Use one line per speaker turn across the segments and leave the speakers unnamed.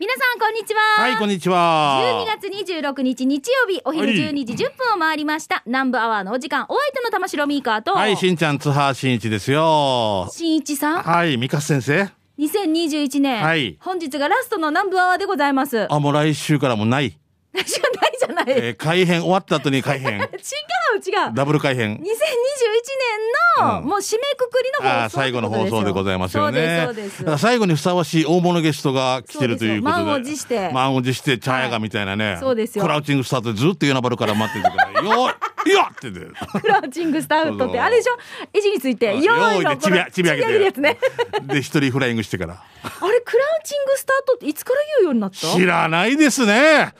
皆さんこんにちは。
はい、こんにち
12
は。
月26日日曜日お昼
はい
12時10分を回りました南部アワーのお時間お相手の玉城ミーカーと、
はい、しんちゃん、津波しんいちですよ。
新一さん
はい、三笠先生。
2021年、
はい
本日がラストの南部アワーでございます
あ、もう来週からもうない。
来週ないじゃない、。
えー、改編終わった後に改編
違う違う
ダブル改 編
2021。年の、
うん
もう締めくくりの
あ
放
ー
送
最後の放送でございますよね。
そうですそう
だから
です
最後にふさわしい大物ゲストが来てるということで。
そうですよ満を持して
満を持して、チャヤがみたいなね。
いそうですよ
クラウチングスタートでずっと夜なばるから待ってるから、よーい、いやってね。
クラウチングスタウトってあれでしょ位置について
あ
よーい
よーい
の
でちびあちびあげて
るやつね
で、一人フライングしてから。
あれクラウチングスタートっていつから言うようになった
知らないです ね。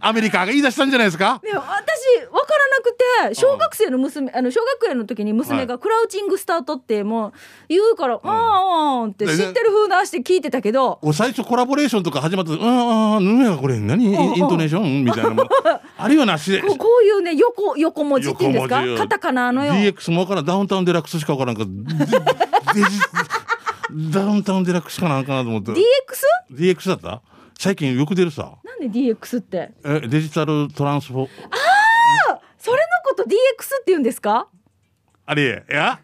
アメリカが言い出したんじゃないですか。
ね、私分からなくて小学生の娘、あの小学園の時に娘
は
が「クラウチングスタート」ってもう言うから「あん、あーん」って
で
知ってる風なして聞いてたけど
お最初コラボレーションとか始まった時うんうんうん何やこれ何イ
うんうん
ンイントネーションみたいな ものあるよなし
こうこういうね横横文字っていうんですか
横文字
カタカナのよう
DX もわからんダウンタウンデラックスしかわからんからデデジダウンタウンデラックスしかなんかなと思って
DX?
DX だった最近よく出るさ
なんで DX って
えデジタルトランスフォ
それのこと DX って言うんですか
あれいや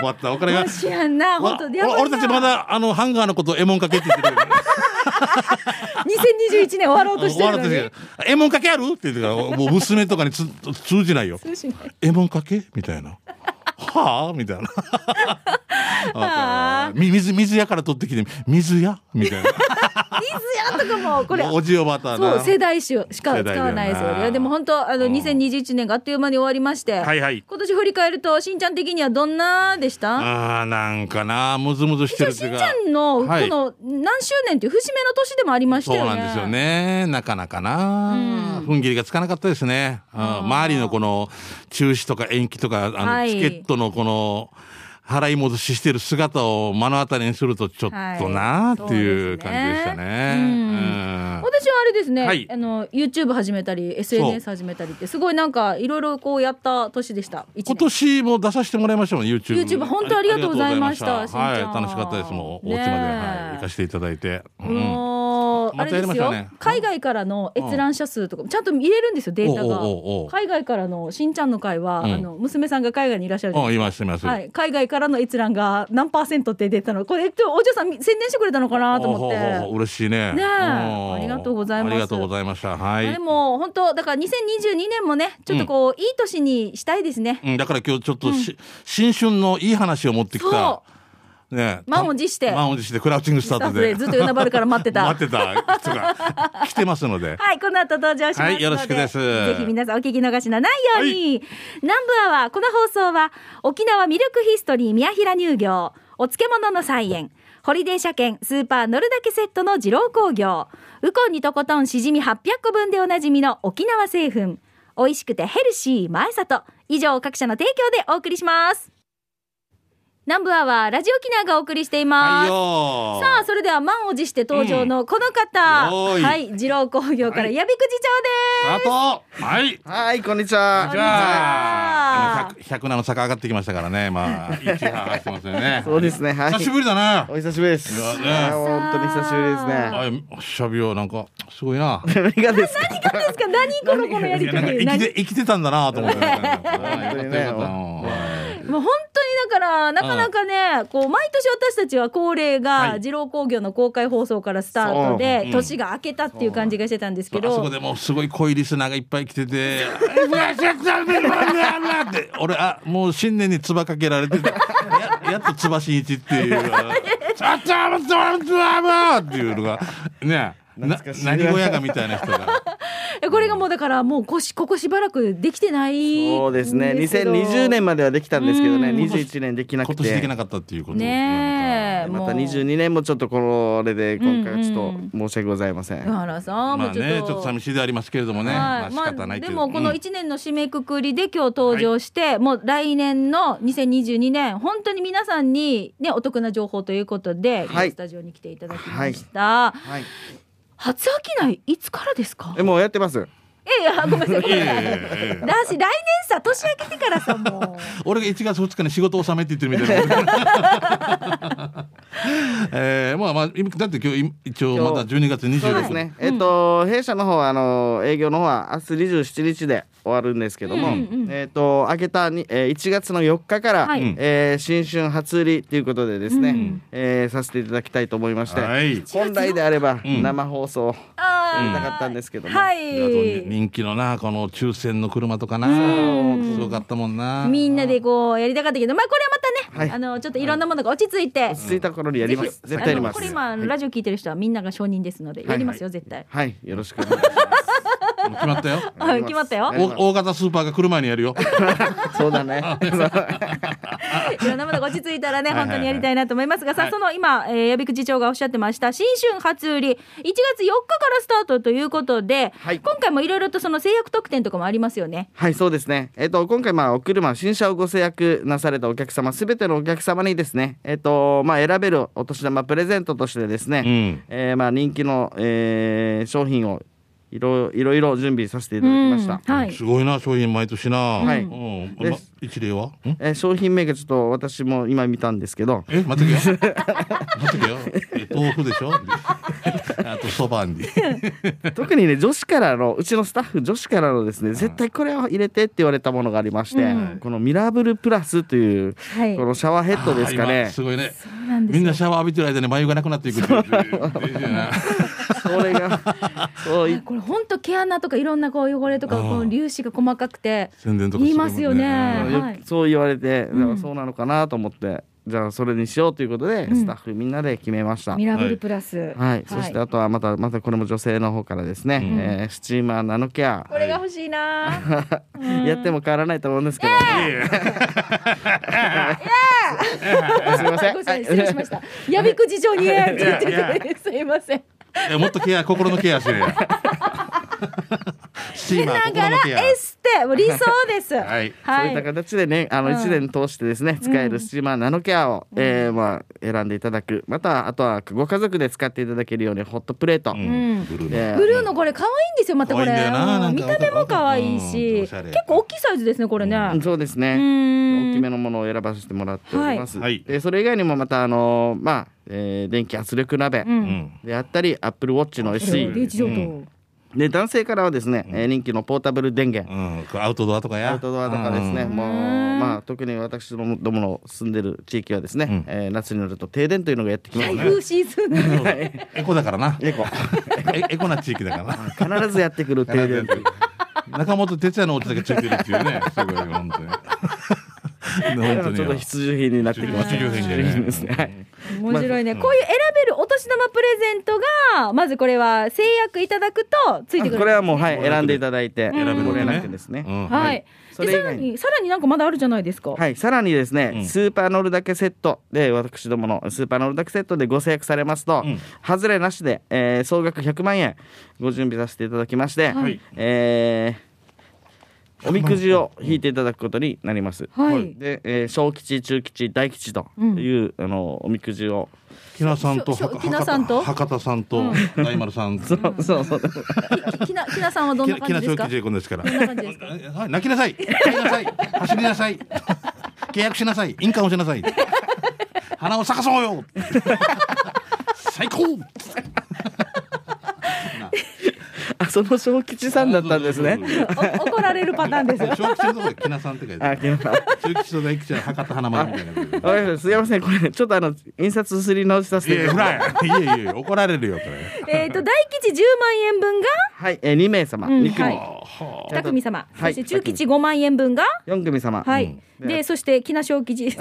終わったお金が
もう知らんな本
わ
当
俺俺たちまだあのハンガーのことエモンかけって言ってるよね
2021年終わろうとして
終わ
る
ら
の
せて
に
るエモンかけあるって言ってからもう娘とかにつ通じな いよ
通信ね
えもんかけみたいな。はあ みたいな。
あ
あみ水水屋から取ってきて水屋みたいな。
いつやとかも これ
おじおばた
そ
な。
う世代種しか
世
使
代だよな
わないですよいやでも本当あの
うん
2021年があっという間に終わりまして、
は いはい。
今年振り返るとしんちゃん的にはどんなでした
ああなんかなムズムズし
一
てる
応
っ
して
い
ん
う
ち
か
ゃ。んのこ
はい
の何周年っていう節目の年でもありました
そう
よね
なんですよね。なかなかな。
うん
踏ん切りがつかなかったですね。うん
あー
周りのこの中止とか延期とか、あ
は
の
い
チケットのこの、払い戻ししてる姿を目の当たりにするとちょっとなーっていう感じでした
そうです
ね。
ね
うん
私はあれですね、
はい
あの YouTube 始めたり SNS 始めたりってすごいなんかいろいろこうやった年でした一
今
年
年も出させてもらいましたもん YouTube
YouTube 本当ありがとうございました
ありがとうご
し
ざいま
ん
は
ちゃん
い楽しかったですもうお
ね
家
え
まで、はい、行かせていただいて、うん
もうあ
ま
れ
たや
で
りますした
よ、
ね
海外からの閲覧者数とかちゃんと入れるんですよデータが
おうおうおう
海外からのしんちゃんの会は、
うん
あの娘さんが海外にいらっしゃるじゃないですか
うんいますいます、
はい、海外からの閲覧が何パーセントって出たのこれえっとお嬢さんみ宣伝してくれたのかなと思って。
おおおお嬉しいね
ねえ
うん
ありがとうございます
ありがとうございましたは
まあ
い
で、も本当だから2022年もねちょっとこう、いい年にしたいですね。
うん、だから今日ちょっとし、新春のいい話を持ってきた
そ
ねえ
満を持して
満を持してクラウチングスタ
スタ
ー
ッ
ト
フ
で
でずっと夜なばる から待ってた。
待ってた人が来てますので
はい、この後登場しますので、
はいよろしくです
ぜひ皆さんお聞き逃しのないように、南部アワーこの放送は沖縄ミルクヒストリー宮平乳業お漬物の菜園ホリデー車券スーパー乗るだけセットの二郎工業ウコンにとことんしじみ800個分でおなじみの沖縄製粉美味しくてヘルシー前里以上各社の提供でお送りします南部アワーラジオ沖縄がお送りしていま
はい
す
よ
さあそれでは満を持して登場のこの方、
うんよーい
はい二郎工業から
は
やびくじ
スタートはい
はい、こんにちは。
こんに
じ
ちは
ゃあ、百七の坂上がってきましたからね。まあ、一波上がってますよね。
そうですね、はい。
久しぶりだな。
お久しぶりです。
い
い
やね
や本当に久しぶりですね。
あ、しゃべよう、なんか、すごいな。
何がですか。
長ですか何このこのや
い
り
や、
と
なんか、
り
生き
何
て、生きてたんだなと思 って。
当にね
よかったよかった
もう本当にだからなかなかねこう毎年私たちは恒例
は
が
い
二郎工業の公開放送からスタート
そう
で
うん
年が明けたっていう感じがしてたんですけ
あそこ
ど
でもうすごい濃いリスナーがいっぱい来てて「うわシャクさんめろめろめろって俺あもう新年に唾かけられててややっと唾しんいちっていう「あっちゃまつまつまま」っていうのがねな
懐かしいな
何小屋がみたいな人が。
えこれがもうだからもうこしここしばらくできてない
そうですね。
んけど
2020年まではできたんですけどね、
うん
21年できな
今
く
年でき
て。
なかったっていうこと
ねえ
また
もう
22年もちょっとこれで今回はちょ
うんうん
っと申し訳ございません。
あらさ
なんん
も
か
う
まあねちょっと寂しいでありますけれどもね、
はい
まあ仕方ないけ
で
ど、
もこの
うん
1年の締めくくりで今日登場して、もう来年の2022年本当に皆さんに、ね、お得な情報ということで、
はい
スタジオに来ていただきました、
はい。
初商いいつからですか
え、もうやってます。
えいや、ごめんなさい。
いやいやいやいや
だし、来年さ、年明けてからさ、も
俺が1月2日に仕事納めって言ってるみたいな。えー、まあまあ、今だって今日、今一応また12月26日。
そうです
はい。
ね。えっ、と、弊社の方は、あの、営業の方は、明日27日で終わるんですけども、
うんうんうん
えっ、と、明けたに、えー1月の4日から、
はい
えー新春初売りということでですね、
うん
えーさせていただきたいと思いまして、
はい。
本来であれば、
うん
生放送を
う。
やりた
あ
かったんですけど
あ。
も、
は
あと
い。
人気のな、この抽選の車とかな。すごかったもんな。
みんなでこうやりたかったけど、まあこれはまたね、
は
あ
い
のちょっといろんなものが落ち着いて、
落ち着いた頃にやります。
ぜひ
絶対やり
あの
ます。
これ今、
はい
ラジオ聞いてる人はみんなが承認ですので、
い
やりますよ、絶対。
はい、よろしくお願いします。
もう決まったよ。
あ決まったよ
やります
お大型スーパーが来る前にやるよ。
そうだね。
いろんなものが落ち着いたらね、
はいはい
本当にやりたいなと思いますが、さ
は
あ、
い
その今、えー、矢部口長がおっしゃってました、新春初売り、1月4日からスタートということで、
はい
今回もいろいろとその制約特典とかもありますよね。
はい、そうですね。えっ、と、今回、まあ、お車、新車をご制約なされたお客様、すべてのお客様にですね、えっ、と、まあ、選べるお年玉プレゼントとしてですね、
うん
えーまあ、人気の、えー商品をいろいろいろ準備させていただきました。
うんはい。
すごいな、商品毎年な。
はい
うん。
で
ま、一例はん
えー商品名がちょっと私も今見たんです けど、
え、待ってけ よ。待ってけよ。え豆腐でしょあと、そばに。
特にね、女子からの、うちのスタッフ女子からのですね、絶対これを入れてって言われたものがありまして、
うん
このミラブルプラスという、
はい。
このシャワーヘッドですか
あー
ね
今。すごいね。
そうなんです
み
よ
んなシャワー浴びてる間に眉がなくなっていくっていう。いいよな
そ れが、そうい
これ本当毛穴とかいろんなこう汚れとか
あー
この粒子が細かくて
宣伝とかするも
言い
ん
ますよね
よ
はい
そう言われて、
ん
だからそうなのかなと思ってじゃあそれにしようということで、
ん
スタッフみんなで決めました。
ミラブルプラス
はい、そしてあとはまたまたこれも女性の方からですね、
うん
えースチーマーナノケア
これが欲しいな
やっても変わらないと思うんですけど、 すみません
ごめんなさい失礼しましたやびくじ上にえーって言って
いやい
るすいません
いやもっとケア、心のケアし れや。スチーマー、
だか
心の
ら
ケア。
エステもう理想です
はい
そういった形でねあの
うん
1年通してですね、使えるスチーマーナノケアを、えーまあ、選んでいただくまたあとはご家族で使っていただけるようにホットプレート、
う
うん
ん、ブルーの。
えー
ブルーのこれ可愛いんですよまたこれ
可愛いんだよな
うん
なんか
見た目も可愛い
うん
し
おしゃれ
結構大きいサイズですねこれね
うんそうですね、
うん
大きめのものを選ばせてもらっております。
はいはい
でそれ以外にもまたあのーまあ、えー電気圧力鍋
う
うんん。
であったり、アップルウォッチの
これ
SE
リーチ上等
で男性からはですね、えー人気のポータブル電源。
うん、アウトドアとかや。
アウトドアとかですね、もう、まあ、特に私どもどもの住んでる地域はですね、
ん
えー夏になると停電というのがやってきます
台
ね。
風シーズン
うん。エコだからな。
エコ、
えエコな地域だからな。
必ずやってくる停電という。
中本哲也のお家だけついてるっていう ね。すごい、本当に。本当に
ちょっと必需品になってきます。
必需品でね
ですね。
面白いね、こういう選べるお年玉プレゼントがまずこれは制約いただくとついてくる
これはもう、はい、選んでいただいて、
選べる
ご連
ね
絡ですね。
うん
はい、
はい。
そ
で
れ
さら
以外に
にさらになんかまだあるじゃないですか、
はい、さらにですね、
うん
スーパー乗るだけセットで私どものスーパー乗るだけセットでご制約されますと、
うん
ハズレなしで、えー総額100万円ご準備させていただきまして、
はい
えーおみくじを引いていただくことになります。
はい
で、えー小吉中吉大吉という、あのおみくじを、
木名さんと
しょ
はか
木名さんと
博多さんと大 丸さん。
そうそうそう
ききなきなさんはどんな
き
感
な
じです
長
か
期ジェイコンですから。
どんな感じですか
はい泣きなさい、帰りなさい、走りなさい、契約しなさい、印鑑をしなさい、 花を咲かそうよ。最高。
あその小吉さんだったんですね。
お怒られるパターンですよ
小吉のところで木名さんって書いてあ
あ、
る。
きなさん。
中吉と大吉は博多花丸みたいな。
わかりましたすいません、これ、ちょっとあの、印刷すり直しさせ
い
てい
や
た
フ
だきます。
ライ。いやいや怒られるよこれ。
えっと大吉10万円分が
はい、えー、2名様、
うん
二組
はい
は
2組様、
はい
そして中吉5万円分が
4組様、
はい、でそしてきな小吉違う違う違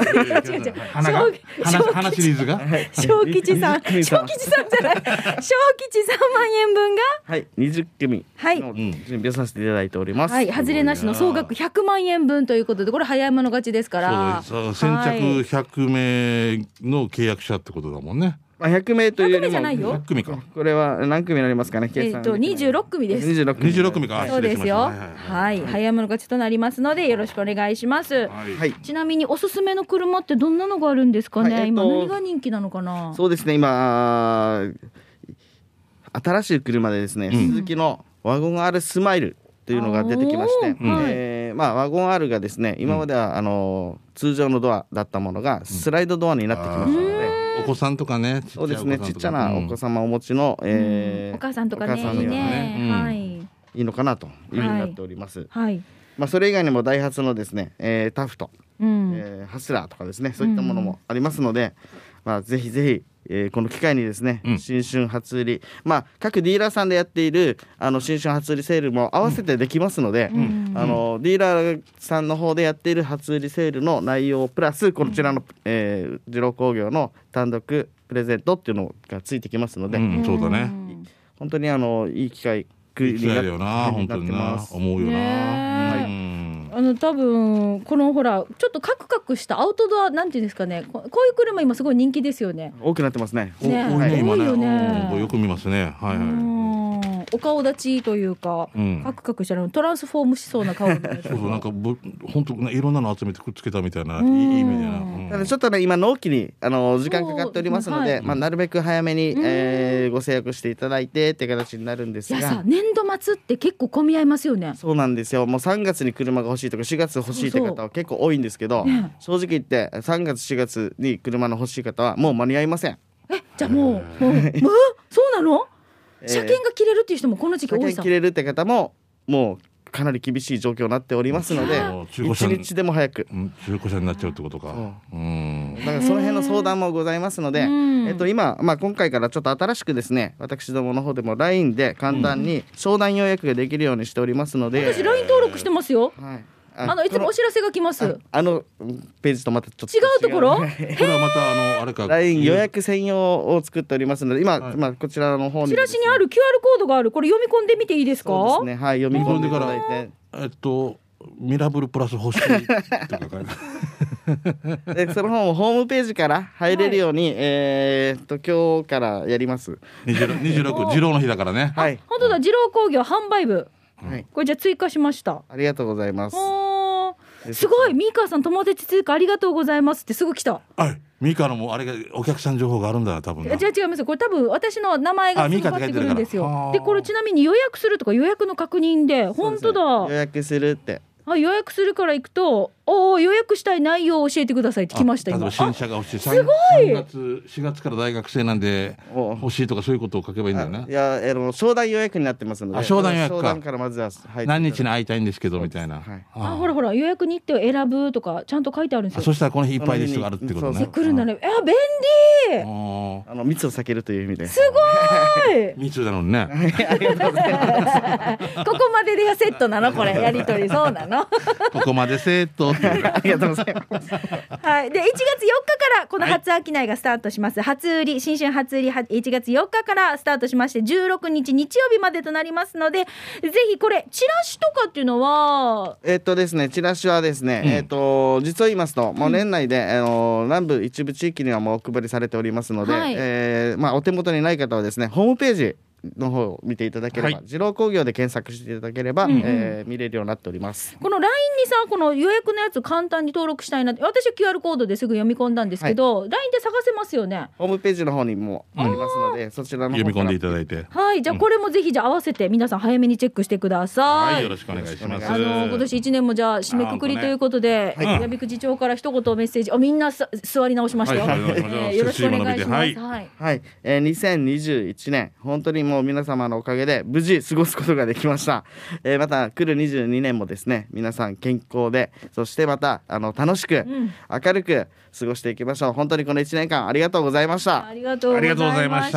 う
花が花花シリーズが。
小吉さん、小
二
吉
十
さん
組様
じゃない、小吉三万円分が、
はい、20組
はい
の準備をさせていただいております。
はい、外れなしの総額100万円分ということで、これ早い者勝ちですから。
そうです先着百名の契約者ってことだもんね。
まあ、100名というよ
100
り
名じゃないよ
も、
百組か。
これは何組になりますかね、
え
計
っ
算。
と、二十六組です。
26組。
二十六組か。
そうですよ。
失礼しましたはいはいはい
はい、早い者勝ちとなりますので、よろしくお願いします。
はい
はい。
ちなみに、おすすめの車ってどんなのがあるんですかね。
はいえっと
今、何が人気なのかな。
そうですね、今、新しい車でですね、鈴木のワゴン R スマイルというのが出てきまして、
おーはい
えーまあ、ワゴン R がですね今までは、あの通常のドアだったものがスライドドアになってきましたので、
お子さんとかね。
そうですねちっちゃなお子
さ
様をお持ちの、えー
お母さんとか
お母
ね
さん
いい
には
ね、
うん
はい
いいのかなというふうになっております、
はい
まあ、それ以外にもダイハツのですね、えータフト、
うん、
えーハスラーとかですねそういったものもありますので、まあ、ぜひぜひ、えーこの機会にですね、
うん
新春初売り、まあ、各ディーラーさんでやっているあの新春初売りセールも合わせてできますので、
ん
あのディーラーさんの方でやっている初売りセールの内容プラスこちらの、えー二郎工業の単独プレゼントっていうのがついてきますので、
うん、そうだね。
本当にあのいい機会
行きたいよな、本当に
なってま
な。
す
思うよな。
ねえ
うん
あの多分このほらちょっとカクカクしたアウトドアなんていうんですかねここういう車今すごい人気ですよね。
多くなってますね。
お多い
ね
ね、今ね
多いよね
うんよく見ますね。はいうは
んお顔立ちというか、
い。うん。
カクカクしたのトランスフォームしそうな顔になる
そうそうなんかぶ本当いろんなの集めてくっつけたみたいな、い
うん
いいい意味でな、うん
ただちょっとね今納期にあの時間かかっておりますので、
そう
まあ、なるべく早めに、えーご制約していただいてって形になるんで
い
す
やさ
が
年度末って結構混み合いますよね。
そうなんですよもう3月に車が欲しいとか4月欲しいって
そう
方
そう
は結構多いんですけど
ね
正直言って3月4月に車の欲しい方はもう間に合いません。
えじゃあもうもうえ そうなの、
えー
車検が切れるっていう人もこの時期
車
多いさ
検切れるって方ももうかなり厳しい状況になっておりますので
そう中古車
一日でも早く。
うん中古車になっちゃうってことか
そ
う
う
ん
だからその辺の相談もございますので、
うん
えっと、今、まあ、今回からちょっと新しくですね私どもの方でも LINE で簡単に商談予約ができるようにしておりますので、
私 LINE 登録してますよ。
はい、
あのいつもお知らせが来ます。違う
ああのページとまたちょっと
ところ？
これはまたあのあれか
LINE 予約専用を作っておりますので今、
はい
まあ、こちらの方に
チラシにある
る
QR コードがある。これ読み込んでみていいですか？
そうですねはい読み込んでいただいて。
えっとミラブルプラス欲しいとか 書いて
でその本をホームページから入れるように、えーっと今日からやります。
26二郎の日だからね
はい、
本当だ二郎工業販売部
はい、
これじゃあ追加しました
ありがとうございます。
おーすごいミーカーさん友達追加ありがとうございますってすぐ来た
はいミカのもあれがお客さん情報があるんだ多分
違
な
う違いますこれ多分私の名前が
あ
す
ミ
ぐ
ーカーっ
か
て
って
書い
くる
てるか
ん
ら
です
あ
よ
ー
でこれちなみに予約するとか予約の確認で本当
そうで
だ
すね予約するって
あ予約するから行くとおお予約したい内容を教えてくださいって来ました
あ例え
今
ば
あ
新車が欲しいす
ごい
月4月から大学生なんで
お
欲しいとかそういうことを書けばいいんだよね
いやあの商談予約になってますので
あ商談予約か
商談からまずは入って
何日に会いたいんですけどみたいな
はい
あほらほら予約日程を選ぶとかちゃんと書いてあるんで
あ
すよ
そしたらこの日いっぱいで人があるってこと
そ
ね
う
で来るんだねあ便利
あ
あの密を避けるという意味で。
すごい
ー密だろうね
ここまででセットな のこれやりとりそうなの
ここまで生徒っていうか
ありがとうござい ます。
はいで1月4日からこの初商いがスタートします、初売り新春初売りは1月4日からスタートしまして16日日曜日までとなりますのでぜひこれチラシとかっていうのは
えっとですね、チラシはですね、
うん
えっと実を言いますと、もう年内で、あの南部一部地域にはもうお配りされておりますので、
はい
えーまあお手元にない方はですね、ホームページの方を見ていただければ、
はい
二郎工業で検索していただければ、えー見れるようになっております。
この LINE にさこの予約のやつ簡単に登録したいなって私は QR コードですぐ読み込んだんですけど、LINE で探せますよね
ホームページの方にもありますので、そちらの方
読
から
み込んでいただいて
はいじゃあこれもぜひじゃあ合わせて皆さん早めにチェックしてください、
はいよろしくお願いします
あの今年一年もじゃあ締めくくりということで、
はい
矢部口長から一言メッセージ、あみんなさ座り直しましたよ。
はいはい
えー よろしくお願いします。
背筋学びで
はい。
はい、えー、2021年本当にもう皆様のおかげで無事過ごすことができました、えーまた来る22年もですね皆さん健康でそしてまたあの楽しく、
ん
明るく過ごしていきましょう本当にこの1年間ありがとうございました
ありがとうございました。
ありがとうございまし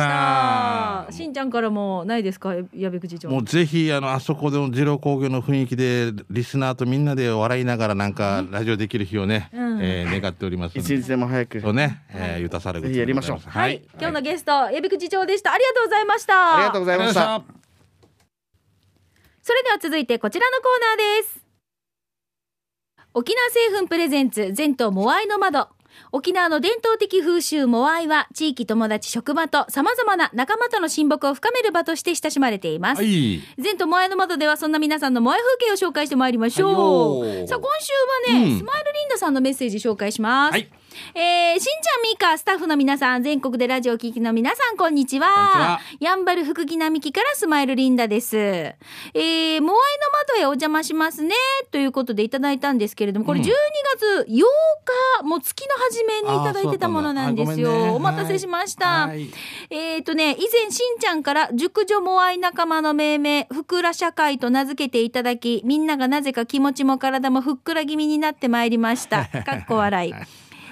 た
しんちゃんからもないですか、矢部口長。
もうぜひあのあそこでの二郎工業の雰囲気でリスナーとみんなで笑いながらなんかラジオできる日をね、
うん
えー願っておりますの
一
で。
日でも早く
そうね、えー、ゆたされ口でございす
ぜひやりましょう
はい、
はい、
今日のゲスト、矢部口長でした。ありがとうございました。
ありがとうございました
ありがとうございまし
それでは続いてこちらのコーナーです。沖縄製粉プレゼンツ全島モアイの窓。沖縄の伝統的風習モアイは地域友達職場と様々な仲間との親睦を深める場として親しまれていま
た
す。
はい、
前とモアイの窓ではそんな皆さんのモアイ風景を紹介してまいりましょう、
はいよー
さあ今週はね、
うん
スマイルリンダさんのメッセージ紹介します、
はい
えー、しんちゃんみーかスタッフの皆さん、全国でラジオ聴きの皆さん、こんにちは。
こんにちは
やんばる福木並木からスマイルリンダです。えー、モアイの窓へお邪魔しますね。ということでいただいたんですけれども、これ
う
12
ん
月8日、もう月の初めにいただいてたものなんです
あーそうだったんだあ
よ。
ごめんね
お待たせしました。
はい
えっ、とね、以前しんちゃんから熟女モアイ仲間の命名、ふくら社会と名付けていただき、みんながなぜか気持ちも体もふっくら気味になってまいりま した。かっこ笑い。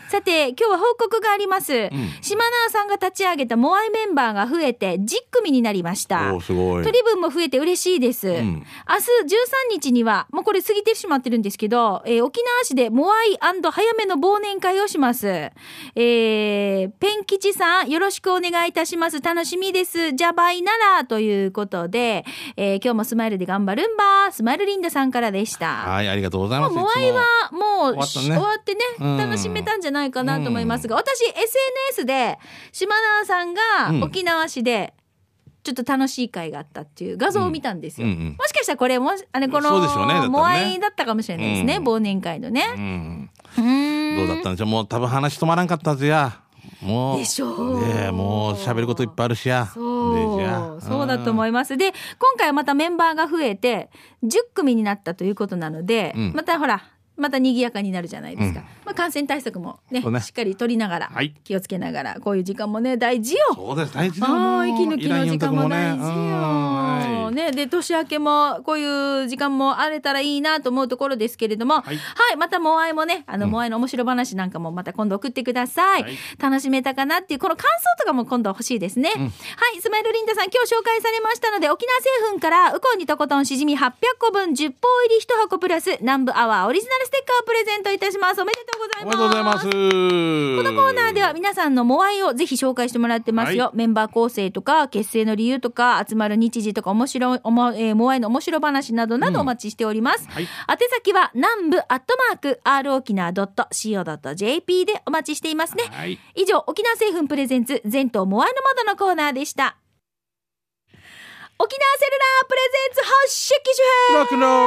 さて、今日は報告があります。島縄さんが立ち上げたモアイメンバーが増えて10組になりました
お。ーすごい
取。り分も増えて嬉しいです。
ん
明日13日には、もうこれ過ぎてしまってるんですけど、えー沖縄市でモアイ早めの忘年会をします。えーペン吉さん、よろしくお願いいたします。楽しみです。じゃばいなら、ということで、えー今日もスマイルで頑張るんば、スマイルリンダさんからでした。
はい、ありがとうござい
も
ま
う
す。
モアイはもう
終わったね
終わってね、
うん
楽しめたんじゃないかなと思いますが、私 SNS で島縄さん
うん
が沖縄市でちょっと楽しい会があったっていう画像を見たんですよ。
うんうん
もしかしたらこれもしあれこ
そうでしょうねだったら
の
ね
モアイだったかもしれないですね、
うん
忘年会のね
いつ。も。うん。
うーん
どうだったんでしょう。もう多分話止まらんかったぜや。もう。
でしょう
ねえもう喋ることいっぱいあるしや。
そ
でじゃ
う
あ
そうだと思います。で、今回はまたメンバーが増えて、10組になったということなので、
うん
またほら、また賑やかになるじゃないですか。
うん
まあ、感染対策もね
そうね
しっかり取りながら、
はい
気をつけながら、こういう時間もね、大事よ。
そうです。大事だよ。も
ああ、
う
息抜きの時間も大事
いらんよんとこ
よ。
もね
ね、で、年明けも、こういう時間もあれたらいいなと思うところですけれども、はい、またモアイもね、あの、モアイの面白話なんかもまた今度送ってください。
はい
楽しめたかなっていう、この感想とかも今度欲しいですね。はい、スマイルリンダさん、今日紹介されましたので、沖縄製粉から、ウコンにとことんしじみ800個分10本入り1箱プラス、南部アワーオリジナルステッカーをプレゼントいたします。おめでとうござ
う
い
んおめ
ま。
ですとうございます。この
コーナーでは皆さんのモアイをぜひ紹介してもらってますよ、
は
メンバー構成とか結成の理由とか集まる日時とか面白いおも、えーモアイの面白話などなどお待ちしております、
はい
宛先は南部アットマーク r 沖縄 .co.jp でお待ちしていますね
はい。
以上沖縄製粉プレゼンツ全島モアイの窓のコーナーでした沖縄セルラープレゼンツ発色機種編
ロックンロ
こ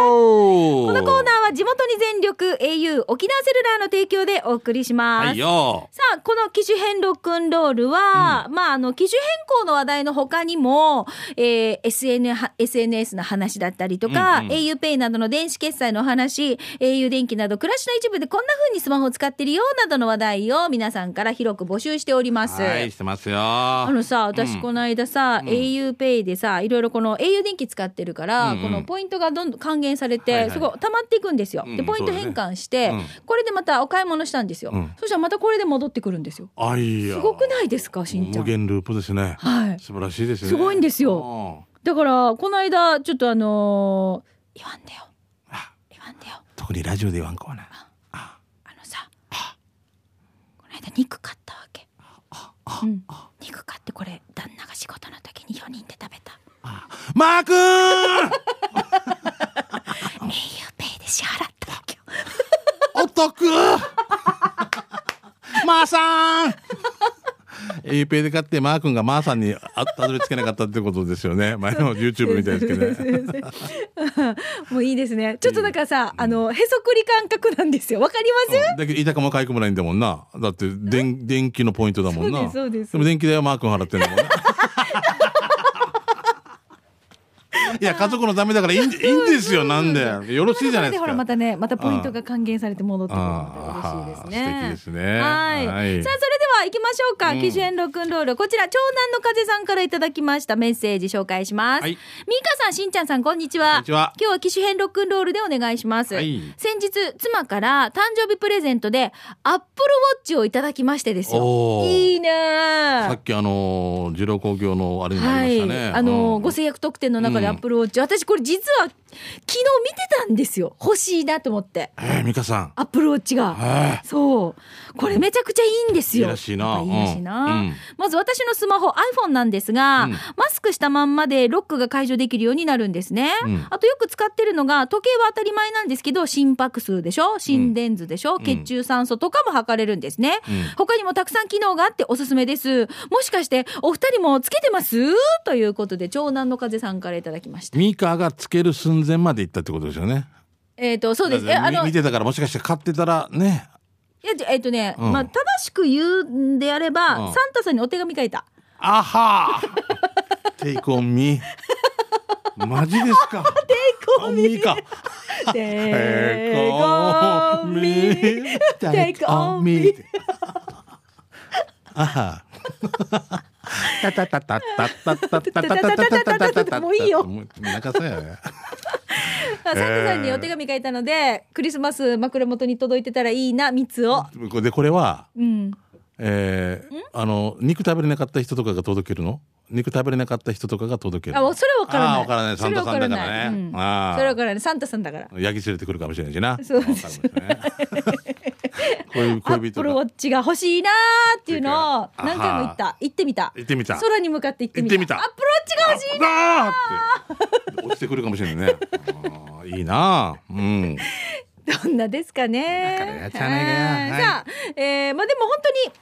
ール
のコーナーは地元に全力 au 沖縄セルラーの提供でお送りします、
はいよ。
さあ、この機種変ロックンロールは、まあ、あの、機種変更の話題の他にも、えー SN は SNS の話だったりとか、
うんうん
auPay などの電子決済のお話、au 電気など暮らしの一部でこんな風にスマホを使ってるよ、などの話題を皆さんから広く募集しております。
はい、してますよ。
あのさ、私この間さ、auPay でさ、いろいろこの au 電気使ってるから、
うんうん
このポイントがどんどん還元され
はいは
て、
い
すごい溜まっていくんですよ。
う
で、
ん
ポイント
そうだね
変換して
うん、
これでまたお買い物したんですよ
うん。
そしたらまたこれで戻ってくるんですよ。
あいや。
すごくないですか、しんちゃん。
無限ループですね。
はい。
素晴らしいですね。
すごいんです
よ。
だから、この間、ちょっとあのー言わんだよ。
あ
言わんだよ。
特にラジオで言わんこはな。
あのさ、この間肉買ったわけ。うん、肉買ってこれ旦那が仕事の時に4人で食べた
マー君
auPay で支払ったわけよ
お得 マーさん a ペイで買ってマー君がマーさんにあたどり着けなかったってことですよね。前の YouTube みたいですけ どね。
もういいですねちょっとだからさ、あのへそくり感覚なんですよわかりません、
だけど痛かもかゆくもないんだもんな。だって電電気のポイントだもんな。
そうですそうです
も電気代はマー君払ってんだもん な。いや家族のためだからいいんいいんですよ。なんでよろしいじゃないです
ほら
か。
またねまたポイントが還元されて戻ってくるの
あ
で嬉し
ー
いですね
素敵ですね
はい
はい
さあそれでは行きましょうか、機種編ロックンロールこちら長男の風さんからいただきましたメッセージ紹介します、
はい
みーかさんしんちゃんさんこんにちは
こんにちは
今日は機種編ロックンロールでお願いします、
はい
先日妻から誕生日プレゼントでアップルウォッチをいただきましてですよ
おー
いいね
さ
ー
っきあのー二郎工業のあれにな
は
りまし
い、
たね。
あのー
うん
ご制約特典の中で
う
ア
ん
ップルウォッチ、私これ実は昨日見てたんですよ欲しいなと思って
えー、美香さん。
アップルウォッチが、
え
そうこれめちゃくちゃいいんですよ
いいらしいな
やっぱいいらしいな、
うんうん
まず私のスマホ iPhone なんですが、
うん
マスクしたまんまでロックが解除できるようになるんですね、
うん
あとよく使ってるのが時計は当たり前なんですけど心拍数でしょ心電図でしょ、血中酸素とかも測れるんですね、
うん
他にもたくさん機能があっておすすめですもしかしてお二人もつけてますということで長男の風さんからいただきました
ミカがつける寸前まで行ったってことですよね。
えっ、とそうです
だから
えあの
み見てたからもしかして買ってたらね。
いやじゃえっとね、
うん
まあ、正しく言うんであれば、
う
サ
ん
ンタさんにお手紙書 いた。
あはテイクオンミー。マジですか。テイクオンミーか。
テイクオンミー。
テイクオンミー。あは。たたたたたたたたたたたたた。
もういいよ
泣かせやね。
サンタさんにお手紙書いたので、クリスマス枕元に届いてたらいいな、蜜を。
でこれは。
うん。
えー、あの肉食べれなかった人とかが届けるの肉食べれなかった人とかが届ける
あ、
の
それは分からない。
あーわからない
それは分からない
サンタさんだからね
うん
あー
それは分からない。サンタさんだから。
焼き連れてくるかもしれないしな
そう
わかるもしれないね恋
ア
恋
ッ
人
プルウ
が
ォッチが欲しいなーっていうのを
っていうか
何回も言っ
あ
た。言ってみた。
行ってみた
空に向かって言ってみた。
言ってみ
ア
た
ップルウォッチが欲しいな
あーって落ちてくるかもしれないねあーいいなあうん
どんなですかね。
だからやっちゃわない
う
かな
んさあ、えーまあでも本当に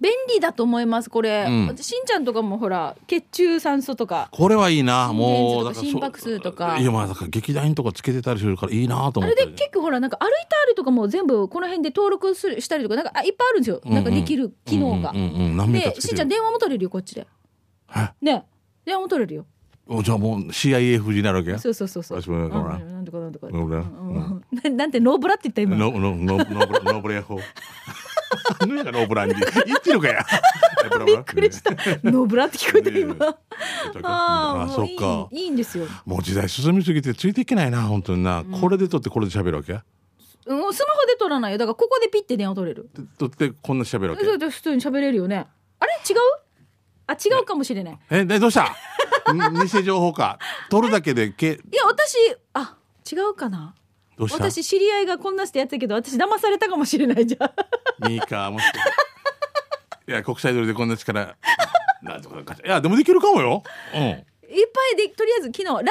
便利だと思います。これ、
うん
しんちゃんとかもほら血中酸素とか。
これはいいなもうだ
心拍数とか
そういやまあだから劇団員とかつけてたりするからいいなと
あ
思っ
れ
て
で結構ほらなんか歩いたあるとかも全部この辺で登録するしたりとかなんかあいっぱいあるんですよ。なんかできる機能が
うん。うんうんうん何メーター
で
つ
し
け
んちゃ
て
ん
る
電話も取れるよこっちで。ね電話も取れるよ。
おじゃあもう CIF になるわけ
そうそうそうそう。
私もほら
うんなんとかなんとか。
ノブラ
うんうんななんてノーブラって言った今。
ノノノノノブラノブレホ。 何やノブランディ。言ってるかや。
びっくりした。ノーブラって聞こえた
ね え
今。
ああ
も
そうっか。
いいいいんですよ。
もう時代進みすぎてついていけないな本当にな。これで撮ってこれで喋るわけ。
うん、スマホで撮らないよ。だからここでピッて電話取れる。
で撮ってこんな喋るわけ
そ。れで普通に喋れるよね。あれ違うあ、違うかもしれない。い
えでどうした？ん偽情 報か。撮るだけでけ
や、私、あ、違うかな。
どうした？
私、知り合いがこんなしてやってたけど、私、騙されたかもしれないじゃん。
ミーカーもしかしていや国際通りでこんな力。なんとかかいやでもできるかもよ。うん。
いっぱいで、とりあえず昨日、LINE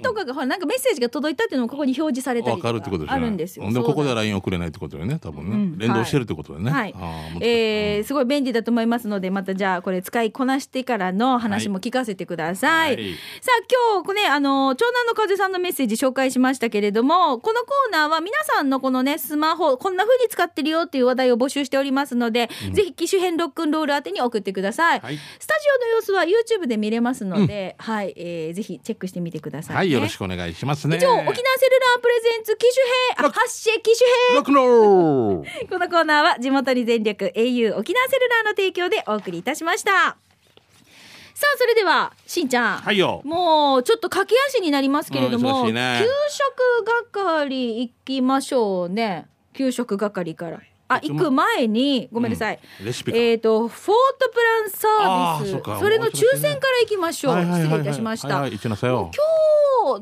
とかが、ほら、なんかメッセージが届いたっていうのもここに表示された
わ
り
かる
と
ってこ
か
とです
あ
ね。
るんですよ。
でもここで
そう
は LINE 送れないってことよね、多分ね。
うん
連動してるってことだね。
はい
あー
えーすごい便利だと思いますのでまたじゃあこれ使いこなしてからの話も聞かせてください、
はい
さあ今日ねあの長男の風さんのメッセージ紹介しましたけれどもこのコーナーは皆さんのこのねスマホこんな風に使ってるよっていう話題を募集しておりますので、ぜひ機種編ロックンロール宛てに送ってください、
はい
スタジオの様子は YouTube で見れますので、はい、えーぜひチェックしてみてください、ね
はい、よろしくお願いしますね。
以上沖縄セルラープレゼンツ機種編あ発信機種編
ロックンロール
このコーナーは地元に全力 au 沖縄セルラーの提供でお送りいたしましたさあそれではしんちゃん、
はいよ。
もうちょっと駆け足になりますけれども、
うん忙しいね
給食係行きましょうね給食係からあ
いつ
行
も
く前にごめんなさい、
レシピか。
えっ、とフォートプランサービ
あー
ス
そう
そ
か
れの抽選から行きましょう、
はいはいはいはい
失礼いたしました、
はいはい、一なさよ。
今日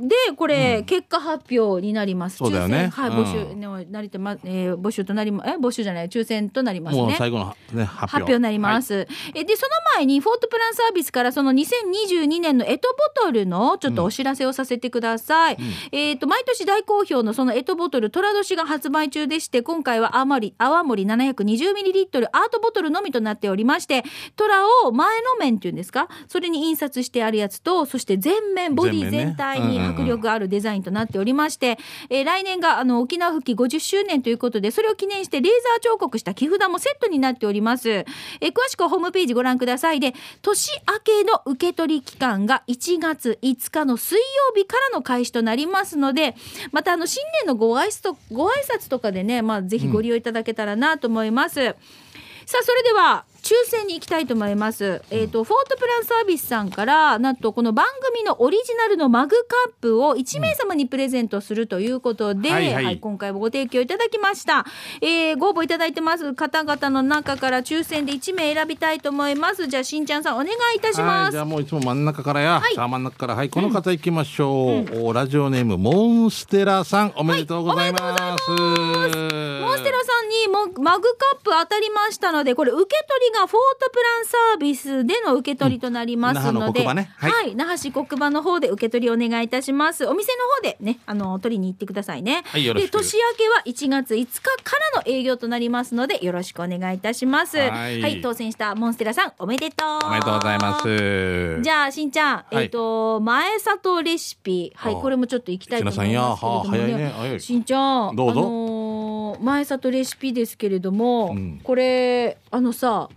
でこれ、結果発表になります。
そうだよね
抽選はい、
うん
募集ねなりてま、えー募集となりまえ募集じゃない抽選となります
もう
ね。
最後のね、発表。
発表になりま。す、えでその前にフォートプランサービスからその2022年のエトボトルのちょっとお知らせをさせてください、えっ、と毎年大好評のそのエトボトル虎年が発売中でして今回は泡盛泡盛 720ml アートボトルのみとなっておりまして虎を前の面っていうんですかそれに印刷してあるやつとそして全面ボディ
全面ね
全体に迫力があるデザインとなっておりまして、えー来年があの沖縄復帰50周年ということでそれを記念してレーザー彫刻した木札もセットになっております、えー詳しくはホームページご覧くださいで年明けの受け取り期間が1月5日の水曜日からの開始となりますのでまたあの新年のご挨拶とご挨拶とかでね、まあ、ぜひご利用いただけたらなと思います、さあそれでは抽選に行きたいと思います。えっ、と、フォートプランサービスさんからなんとこの番組のオリジナルのマグカップを1名様にプレゼントするということで、
う
は
んはいいはい
今回もご提供いただきました。えーご応募いただいてます方々の中から抽選で1名選びたいと思います。じゃあしんちゃんさんお願いいたし
は
ま
い、
す。
じゃあもういつも真ん中からや。
はい
さあ真ん中から、はい、この方行きましょう。おラジオネーム、モンステラさん、おめでとうございます。
モ
モ
ンステラさんにもマグカップ当たりましたので、これ受け取りがフォートプランサービスでの受け取りとなります
うん那覇
の
の
で、
黒板ね
は、
はいい
那覇市黒板の方で受け取りお願いいたします。お店の方でね、あの取りに行ってくださいね。
はいよろ
で
しく
年明けは1月5日からの営業となりますので、よろしくお願いいたします。は、
はいい
当選したモンステラさん、おめでとう。
おめでとうございます。
じゃあしんちゃん、
はい
えっ、と前里レシピはい
ああ
これもちょっと行きたいと思いますけれども
一之さんやはあ早いね早
ね。
い
しんちゃん
どうぞ
あのー前里レシピですけれども、
うん
これあのさ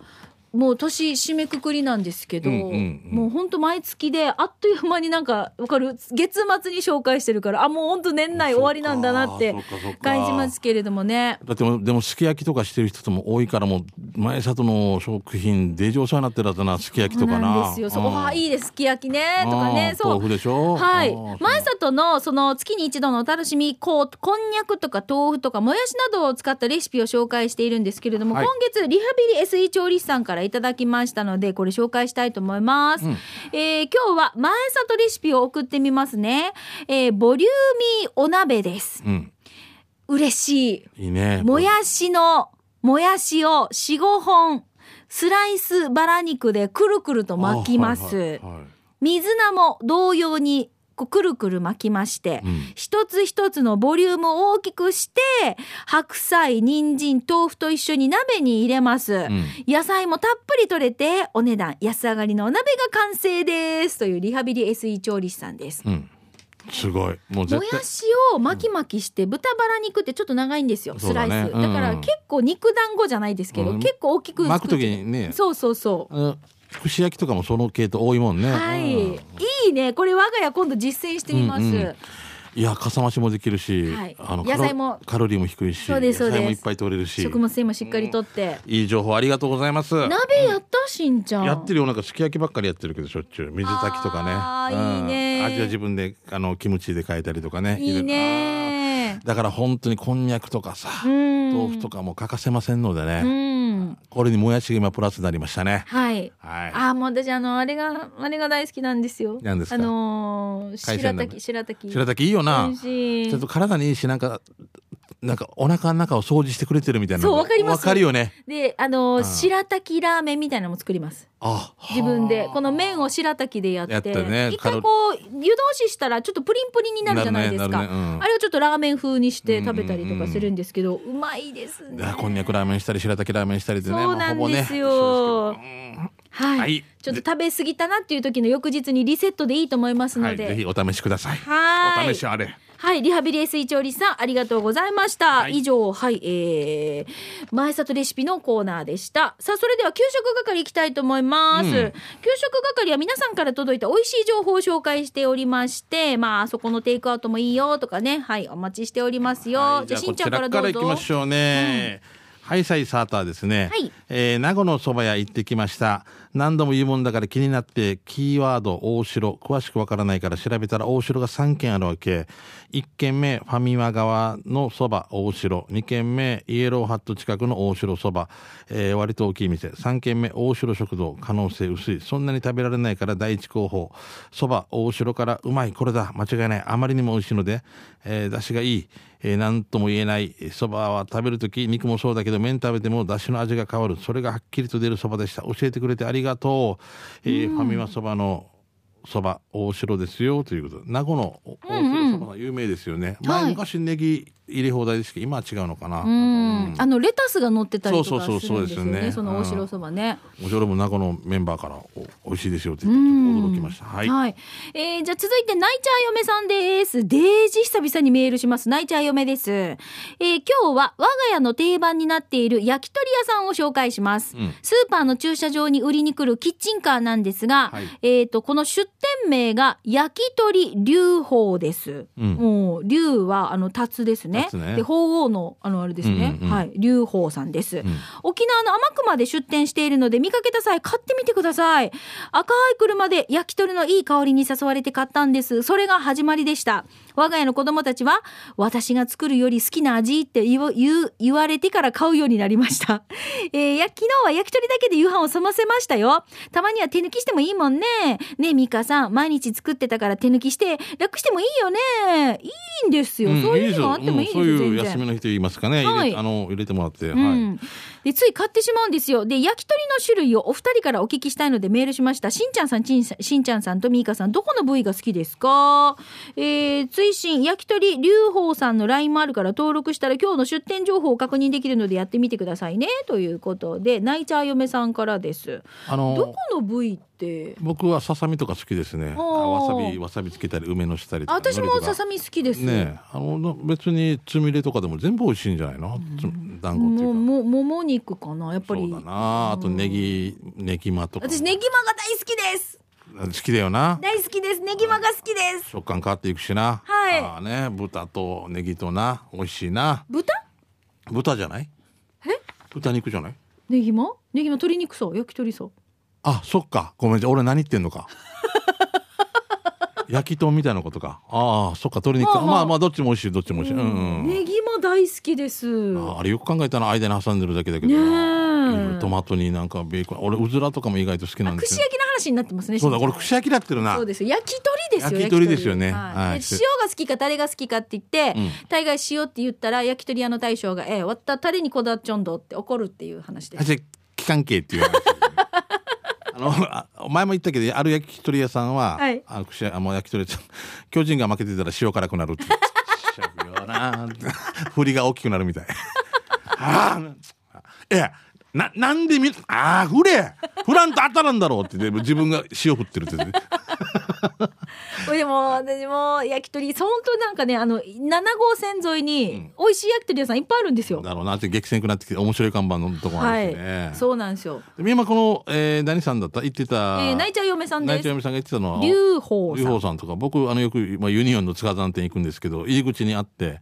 もう年締めくくりなんですけど、
うんうんうん
もうほんと毎月であっという間になんかわかる月末に紹介してるからあもうほんと年内終わりなんだなって
そうかそうか
感じますけれどもね
だってもうでもすき焼きとかしてる人とも多いからもう前里の食品で上お世話になってるやつだなすき焼きとか
そうな
なん
ですよそうわあいいですすき焼きね
あ
とかね
あ
そう
豆腐でしょ
はい
ああ、
前里のその月に一度のお楽しみこうこんにゃくとか豆腐とかもやしなどを使ったレシピを紹介しているんですけれども、
はい
今月リハビリ SE 調理師さんからいただきましたのでこれ紹介したいと思います、えー今日は前里レシピを送ってみますね、えーボリューミーお鍋です
うん
嬉しい
いいね
もやしのもやしを45本スライスバラ肉でくるくると巻きます、
あはいはいはい
水菜も同様にこうくるくる巻きまして、
うん
一つ一つのボリュームを大きくして白菜人参豆腐と一緒に鍋に入れます、
うん
野菜もたっぷりとれてお値段安上がりのお鍋が完成ですというリハビリ SE 調理師さんです、
うんすごいもう
も
絶対
やしを巻き巻きして豚バラ肉ってちょっと長いんですよ、
そ
ス
う
ラ
だ
イ
ね
ス
うん
だから結構肉団子じゃないですけど、
うん
結構大きく
巻
作
くと
っ
き
て
にね
そうそうそう
あの串焼きとかもその系統多いもんね
はい、
うん
いいねこれ我が家今度実践してみます、
うんうんいやかさ増しもできるし、
はい
あの
野菜も
カロリーも低いし
そうですそうです
野菜もいっぱい取れるし
食物繊維もしっかりとって、
いい情報ありがとうございます
鍋やったしんちゃん
やってるよなんかすき焼きばっかりやってるけどしょっちゅう水炊きとかね
あーい
うん
いね
味は自分であのキムチで変えたりとかね
いいね
だから本当にこんにゃくとかさ、
うん
豆腐とかも欠かせませんのでね、
うん
これにもやしが今プラスになりましたね
はい
はい
あーもう私あのあれがあれが大好きなんですよ
何ですか
あのー、
海
白
鮮鍋
滝白滝
白滝いいよな
美味しい
ちょっと体にいいしなんかなんかお腹の中を掃除してくれてるみたいな
そうわかります
わかるよね
であのー
ん
白滝ラーメンみたいなのも作ります
あ
自分でこの麺を白滝でやって
やったね
一回こう湯通ししたらちょっとプリンプリンになるじゃないです
な
か、
るねなるねうん
あれをちょっとラーメン風にして食べたりとかするんですけど、うまいですね
あこんにゃくラーメンしたり白滝ラーメンしたりでね
そうなん
もほぼね
ですよ
一緒ですけどうん
はい、
はい
ちょっと食べ過ぎたなっていう時の翌日にリセットでいいと思います
は
の
い、
で、
ぜひお試しください。
はーい
お試しあれ。
はい、リハビリエスイチョリさん、ありがとうございました。
はい
以上、はい、えー、前里レシピのコーナーでした。さあ、それでは給食係行きたいと思います。
うん
給食係は皆さんから届いた美味しい情報を紹介しておりまして、まあ、あそこのテイクアウトもいいよとかね、はい、お待ちしておりますよ。
はい
じゃあ、し
こ
んち
ち
ゃんからら
か
ど
ら
う
行き
ぞ
ま。しょうね。ハイサイサーターですね。
はい
えー名護のそば屋行ってきました。何度も言うもんだから気になって、キーワード、大城、詳しくわからないから調べたら大城が3軒あるわけ。1軒目、ファミマ側のそば、大城。2軒目、イエローハット近くの大城そば。えー割と大きい店。3軒目、大城食堂。可能性薄い。そんなに食べられないから第一候補。そば、大城からうまい。これだ。間違いない。あまりにも美味しいので、えー、出汁がいい。えー、なんとも言えないえーそばは食べるとき肉もそうだけど麺食べてもだしの味が変わるそれがはっきりと出るそばでした教えてくれてありがとう、えーファミマそばのそば大城ですよということ名護のお大城そばが有名ですよね、
はい
前昔ネギ入れ放題ですけど今は違うのかな、
う
うん
ん、あのレタスが乗ってたりと
そう
かす
そうそう
るんですよ
そうですよ
ね。
ね
その大城そばね。
お城も名護のメンバーからお美味しいですよって言
う
ってち
ん
ょっと驚きましたはい、
はい。えーじゃあ続いて、泣いちゃう嫁さんです。デージ久々にメールします。泣いちゃう嫁です。えー今日は我が家の定番になっている焼き鳥屋さんを紹介します。
うん
スーパーの駐車場に売りに来るキッチンカーなんですが、
はい
えっ、と、この出店名が焼き鳥龍宝です。
うん
もう、龍は、あの、達ですね。
龍ね
で、鳳凰の、あの、あれですね。
うんうんうん
はい。龍宝さんです。
ん
沖縄の天熊で出店しているので、見かけた際、買ってみてください。赤い車で焼き鳥のいい香りに誘われて買ったんです。それが始まりでした。我が家の子供たちは、私が作るより好きな味って言わ言う言われてから買うようになりました。 えー、や昨日は焼き鳥だけで夕飯を済ませましたよ。たまには手抜きしてもいいもんね。ねえ、ミカさん、毎日作ってたから手抜きして、楽してもいいよね。いいんですよ。
うん
そういう
です
日
よ
もあってもいいです
う
よ、
んそうい
全
う
然
休みの日といいますかね、入れ
はい
あの入れてもらって、
う
はい
ん、でつい買ってしまうんですよで焼き鳥の種類をお二人からお聞きしたいのでメールしましたしんちゃんさんちんさんしんちゃんさんとみーかさんどこの部位が好きですか、えーツイ水深焼き鳥龍宝さんの LINE もあるから登録したら今日の出店情報を確認できるのでやってみてくださいねということで泣いちゃう嫁さんからです
あ
ど
の
この部位って
僕はささみとか好きですね。あ
おー
わさびわさびつけたり梅のしたりと
あ
か。
私
海苔
も
とか
ささみ好きです、
ねえあのな別につみれとかでも全部美味しいんじゃないの？つ団子ってい
も
う
うも
か。
もも肉かなやっぱ
そう
り
だなあとネギネギマとか
私ネギマが大好きです
好きだよな
大好きですネギマが好きです
食感変わっていくしな
はい
ああね豚とネギとな美味しいな
豚
豚じゃない豚肉じゃない
ネギマネギマ鶏肉そう焼き鳥そう
あそっかごめんじゃあ俺何言ってんのか 焼き豚みたいなことかああそっか鶏肉か
はあはあ
まあまあどっちも美味しいどっちも美味しいうん、うん
ネギマ大好きです
ああれよく考えたら間に挟んでるだけだけどな
ねえ
いろいろトマトになんかベーコン俺うずらとかも意外と好きなんで
串
すよ
焼きの話になってますね
そうだこれ串焼きだってるな
そうですよ焼き鳥ですよ
焼き鳥ですよね
はい
はい
で塩が好きかタレが好きかって言って、
うん
大概塩って言ったら焼き鳥屋の大将が「ええわったタレにこだわっちょんど」って怒るっていう話です
あじゃあ期間系っていう話ですねあのあ前も言ったけどある焼き鳥屋さんは、
はい
あ串焼あもう焼き鳥屋さん 巨人が負けてたら塩辛くなるって塩辛いなって振りが大きくなるみたいああええななんでみああ振れ振らんと当たらんだろうって言って自分が塩振ってるって言って
これでも私も焼き鳥本当なんかねあの7号線沿いに美味しい焼き鳥屋さんいっぱいあるんですよ、
だろうなって激戦くなってきて面白い看板のとこあ
は
るん
い
ですよね、
そうなんですよ、
で今この、えー、何さんだった言って
え
た、
ー、泣いちゃう嫁さん
内
で
藤
す
由美さんが言ってたのは
龍宝
龍
さん
宝さんとか僕あのよく、まあ、ユニオンの塚山店行くんですけど入り口にあってやっ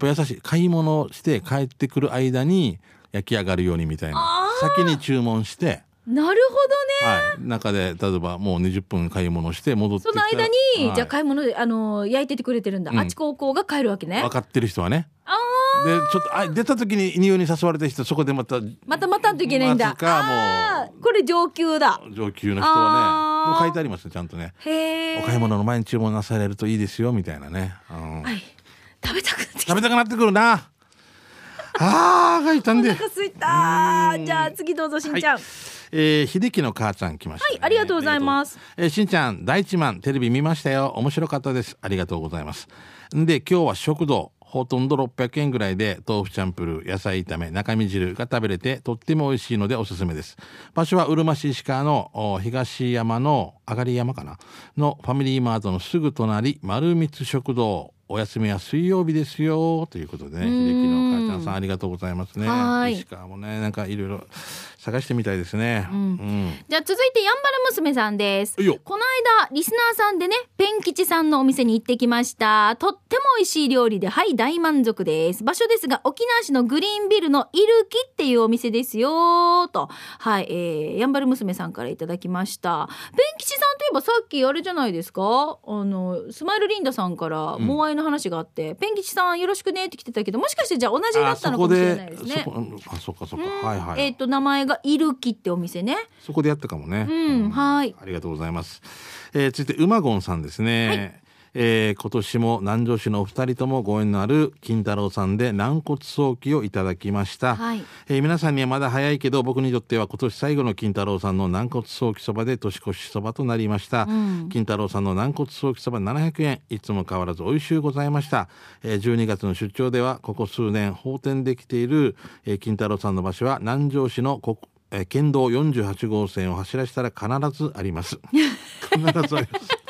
ぱ優しい買い物して帰ってくる間に焼き上がるようにみたいな先に注文して、
なるほどね
はい、中で例えばもう20分買い物して戻って
そ
きた
の
ら
間に、
はい
じゃあ買い物であの焼いててくれてるんだ、
ん
あち高校が帰るわけね
分かってる人はね
あー
でちょっとあ出た時に匂いに誘われた人そこでまた
また待たんといけないんだ
待つかもう
あーこれ上級だ
上級の人
あー
はねでも書いてありますねちゃんとね、
へえ
お買い物の前に注文なされるといいですよみたいなね、うん
はい食べたくなってきた
食べたくなってくるなあーが痛んで
お腹すいたじゃあ次どうぞしんちゃん、
えー、秀樹の母ちゃん来ました、
はいありがとうございます
ありがとうございまえーしんちゃん第一マンテレビ見ましたよ面白かったですありがとうございますんで今日は食堂ほとんど600円ぐらいで豆腐チャンプルー野菜炒め中身汁が食べれてとっても美味しいのでおすすめです場所はうるま市石川のお東山の上がり山かなのファミリーマートのすぐ隣丸光食堂お休みは水曜日ですよということでね
うーん
秀樹の母ちゃんさんありがとうございますね
はーい
石川もねなんかいろいろ探してみたいですねうん
じゃあ続いてやんばる娘さんです
よいよ
この間リスナーさんでねペン吉さんのお店に行ってきましたとっても美味しい料理ではい大満足です場所ですが沖縄市のグリーンビルのイルキっていうお店ですよとはい、えー、やんばる娘さんからいただきましたペン吉さんといえばさっきあれじゃないですかあのスマイルリンダさんからモアイの話があって、ペン吉さんよろしくねって来てたけどもしかしてじゃあ同じだ
あ
った
そ
のか
こ
もしれないで
ですそ
ね
こうんあそっかそっか
うん
はいはい、
えっ、と名前がイルキってお店ね
そこでやったかもね
うんはい
ありがとうございます、えー、続いて馬ゴンさんですね、えー今年も南城市のお二人ともご縁のある金太郎さんで軟骨早期をいただきました、
はい
えー皆さんにはまだ早いけど僕にとっては今年最後の金太郎さんの軟骨早期そばで年越しそばとなりました、
ん
金太郎さんの軟骨早期そば700円いつも変わらず美味しゅうございました、えー12月の出張ではここ数年放天できている、えー金太郎さんの場所は南城市のこえー県道48号線を走らせたら必ずあります必ずあります、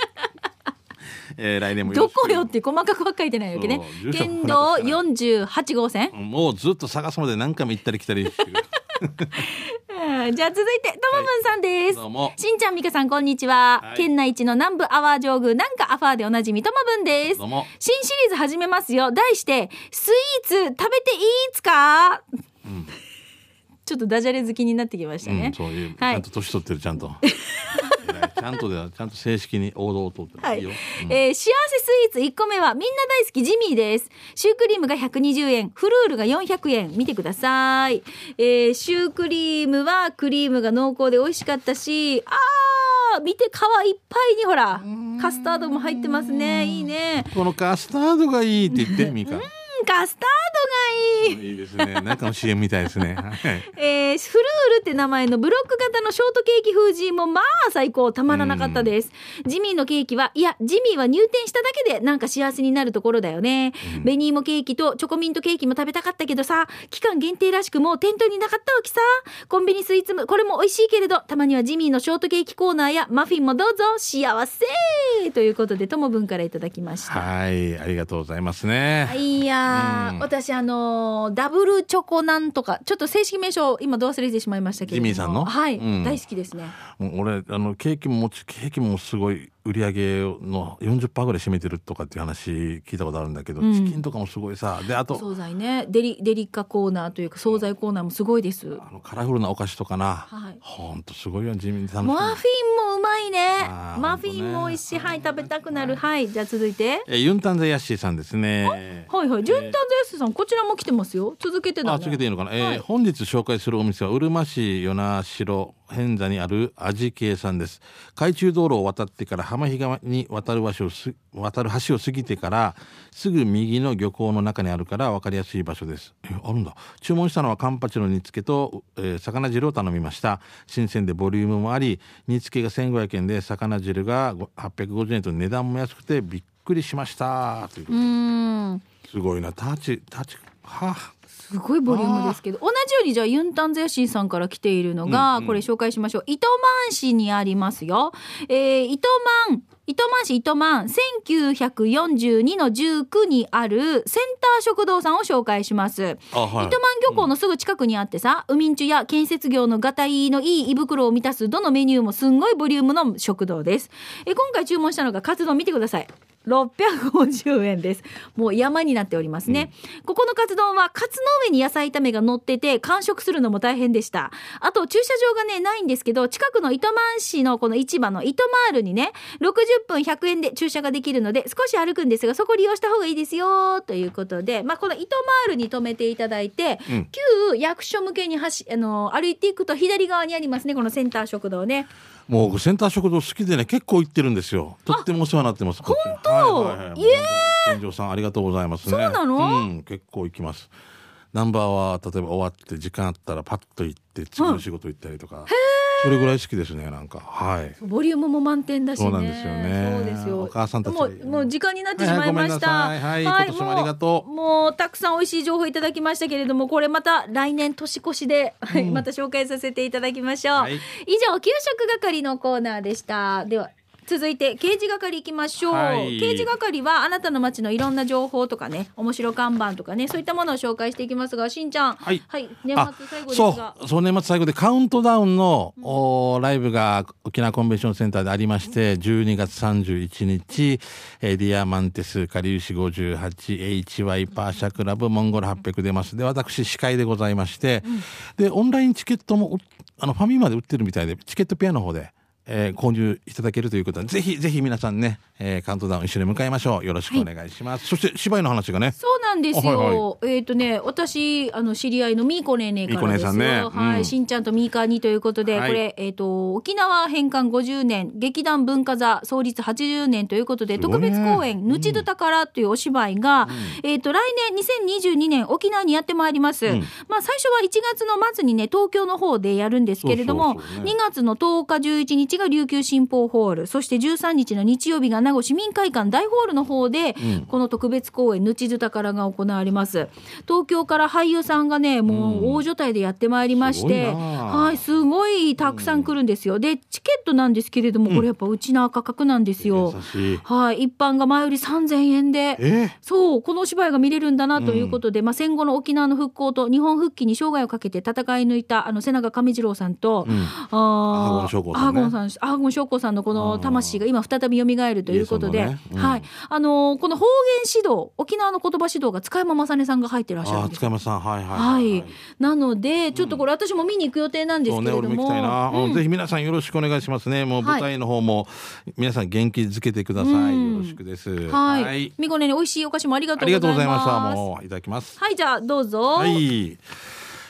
えー来年もよ
ど
ろしく
こよって細かくは書いてないわけね
そう住。所
県道48号線。
もうずっと探すまで何回も行ったり来たり してる
うんじゃあ続いて、ともぶんさんです。
どうも
しんちゃん、みかさん、こんにちは。
はい
県内一の南部アワー上宮、なんかアファーでおなじみ、ともぶんです
どう。も
新シリーズ始めますよ。題して、スイーツ食べていいつか、 ちょっとダジャレ好きになってきましたね。
うん、そういう、
はい
ちゃんと年取ってるち ゃんと偉いちゃんとだよちゃんと正式に王道を取ってる、
はい
いよ、うん
えー幸せスイーツ1個目はみんな大好きジミーですシュークリームが120円フルールが400円見てください、えーシュークリームはクリームが濃厚で美味しかったしあー見て皮いっぱいにほらカスタードも入ってますねいいね
このカスタードがいいって言ってみか
うんカスタない
いいですね。なんかの CM みたいですね。はい
えーフルールって名前のブロック型のショートケーキ風神もまあ最高たまらなかったです、ジミーのケーキはいやジミーは入店しただけでなんか幸せになるところだよね、ベニーモケーキとチョコミントケーキも食べたかったけどさ期間限定らしくもう店頭になかったわけさコンビニスイーツもこれも美味しいけれどたまにはジミーのショートケーキコーナーやマフィンもどうぞ幸せということでともぶんからいただきました
はい、ありがとうございますね。
いやー、
うん
私あのーダブルチョコなんとかちょっと正式名称今どう忘れてしまいましたけれども
ジミーさんの
はい、
うん
大好きですね
もう俺あのケーキももちケーキもすごい売り上げの40%ぐらい占めてるとかっていう話聞いたことあるんだけど、
うん
チキンとかもすごいさ。であ
お
と
惣菜ねデリデリカコーナーというか惣菜コーナーもすごいですマ
あのカラフルなお菓子とかな。
はい
ほんとすごいよ地味に楽しみ。
フィンもうまいね
あー
マフィンも美味しい、はい食べたくなるはいじゃあ続いて
えーユンタンザヤッシーさんですね。
はいはい順ンタンザヤスさんこちらも来てますよ続けてだね
あ、続けていいのかな。えー
はい
本日紹介するお店は、うるま市与那城偏座にある味系さんです。海中道路を渡ってから浜比嘉に渡る場所をす渡る橋を過ぎてから、すぐ右の漁港の中にあるから分かりやすい場所です。えあるんだ。注文したのはカンパチの煮付けと、えー魚汁を頼みました。新鮮でボリュームもあり、煮付けが1500円で、魚汁がご850円と値段も安くてびっくりしました。というこ
うーん
とすごいな。タッチ、タッチ、はあ。
すごいボリュームですけど同じようにじゃあユンタンゼヤシンさんから来ているのが、これ紹介しましょう糸満市にありますよ、えー、糸満糸満市糸満1942の19にあるセンター食堂さんを紹介します
あはい
糸満漁港のすぐ近くにあってさ、海んちゅや建設業のがたいのいい胃袋を満たすどのメニューもすんごいボリュームの食堂ですえ今回注文したのがカツ丼見てください650円ですもう山になっておりますね、ここのカツ丼はカツの上に野菜炒めが乗ってて完食するのも大変でしたあと駐車場がねないんですけど近くの糸満市のこの市場の糸マールにね60分100円で駐車ができるので少し歩くんですがそこ利用した方がいいですよということで、まあ、この糸マールに止めていただいて、
うん
旧役所向けに走あの歩いていくと左側にありますねこのセンター食堂ね。
もうセンター食堂好きでね結構行ってるんですよとってもお世話になってます本
当
い健常さんありがとうございますね
そうなの
うん、結構行きますナンバーは例えば終わって時間あったらパッと行って次の仕事行ったりとか、それぐらい好きですねなんかはい
ボリュームも満点だしね。
そうなんですよね
そうですよ。
お母さんたち
もう、もう時間になってしまいました。
はいはいごめんなさいはい今年もありがとう
もう。もうたくさん美味しい情報いただきましたけれども、これまた来年年越しで、はいまた紹介させていただきましょう。
はい
以上、給食係のコーナーでした。では。続いて刑事係行きましょう、
はい
刑事係はあなたの街のいろんな情報とかね面白看板とかねそういったものを紹介していきますがしんちゃん
はい
年
あ
末最後です
そ
が
うそう年末最後でカウントダウンの、おライブが沖縄コンベンションセンターでありまして12月31日、えーディアマンテスかりゆし 58HY パーシャクラブモンゴル800出ますで私司会でございまして、でオンラインチケットもおあのファミマで売ってるみたいでチケットペアの方で。えー購入いただけるということはぜひぜひ皆さんね、えーカウントダウン一緒に迎えましょうよろしくお願いします、そして芝居の話がね
そうなんですよ。
あはい
えっ、とね、私、あの、知り合いのみーこねーねーからですよ。
みーこねーさんね
は
う
い、
ん
しんちゃんとみーかーにということで、
はい
これ、えっ、と、沖縄返還50年、劇団文化座創立80年ということで、
すご
特
いね
別公演、ぬちどたからというお芝居が、えっ、と、来年2022年、沖縄にやってまいります。
ん
まあ、最初は1月の末にね、東京の方でやるんですけれども、
そうそうそうね
2月の10日11日が琉球新報ホール、そして13日の日曜日が名護市民会館大ホールの方で、
ん
この特別公演、ぬちずたからが行われます。東京から俳優さんがね、もう大所帯でやってまいりまして、
すごいなあ
はい、すごいたくさん来るんですよ。で、チケットなんですけれども、これやっぱうちな価格なんですよ。
優しい
はい、一般が前より3000円で。
えー
そうこのお芝居が見れるんだなということで、まあ、戦後の沖縄の復興と日本復帰に生涯をかけて戦い抜いたあの瀬長亀次郎さんと、
ん
あ
アーゴン将校
ア
さ
ー
んね
ゴンさんアーゴン将校さんのこの魂が今再び蘇るということで、
イエスのねうん
はいあのーこの方言指導沖縄の言葉指導が塚山雅音さんが入ってらっしゃる
あ
ん
あ
ですよ
塚山さんはいはい
は
はいい、
なのでちょっとこれ私も見に行く予定なんです
そう
け
ね
れど
俺も行
も、
きたいな、うん
うん
ぜひ皆さんよろしくお願いしますねもう
はい
舞台の方も皆さん元気づけてください、
うん
よろしくです
はい、みこねに美味しいお菓子もありがと
あ
う
り
ご
がとう
ざい
ご
ま
ざいまし
す。
たもういただきます
はいじゃあどうぞ。
はい。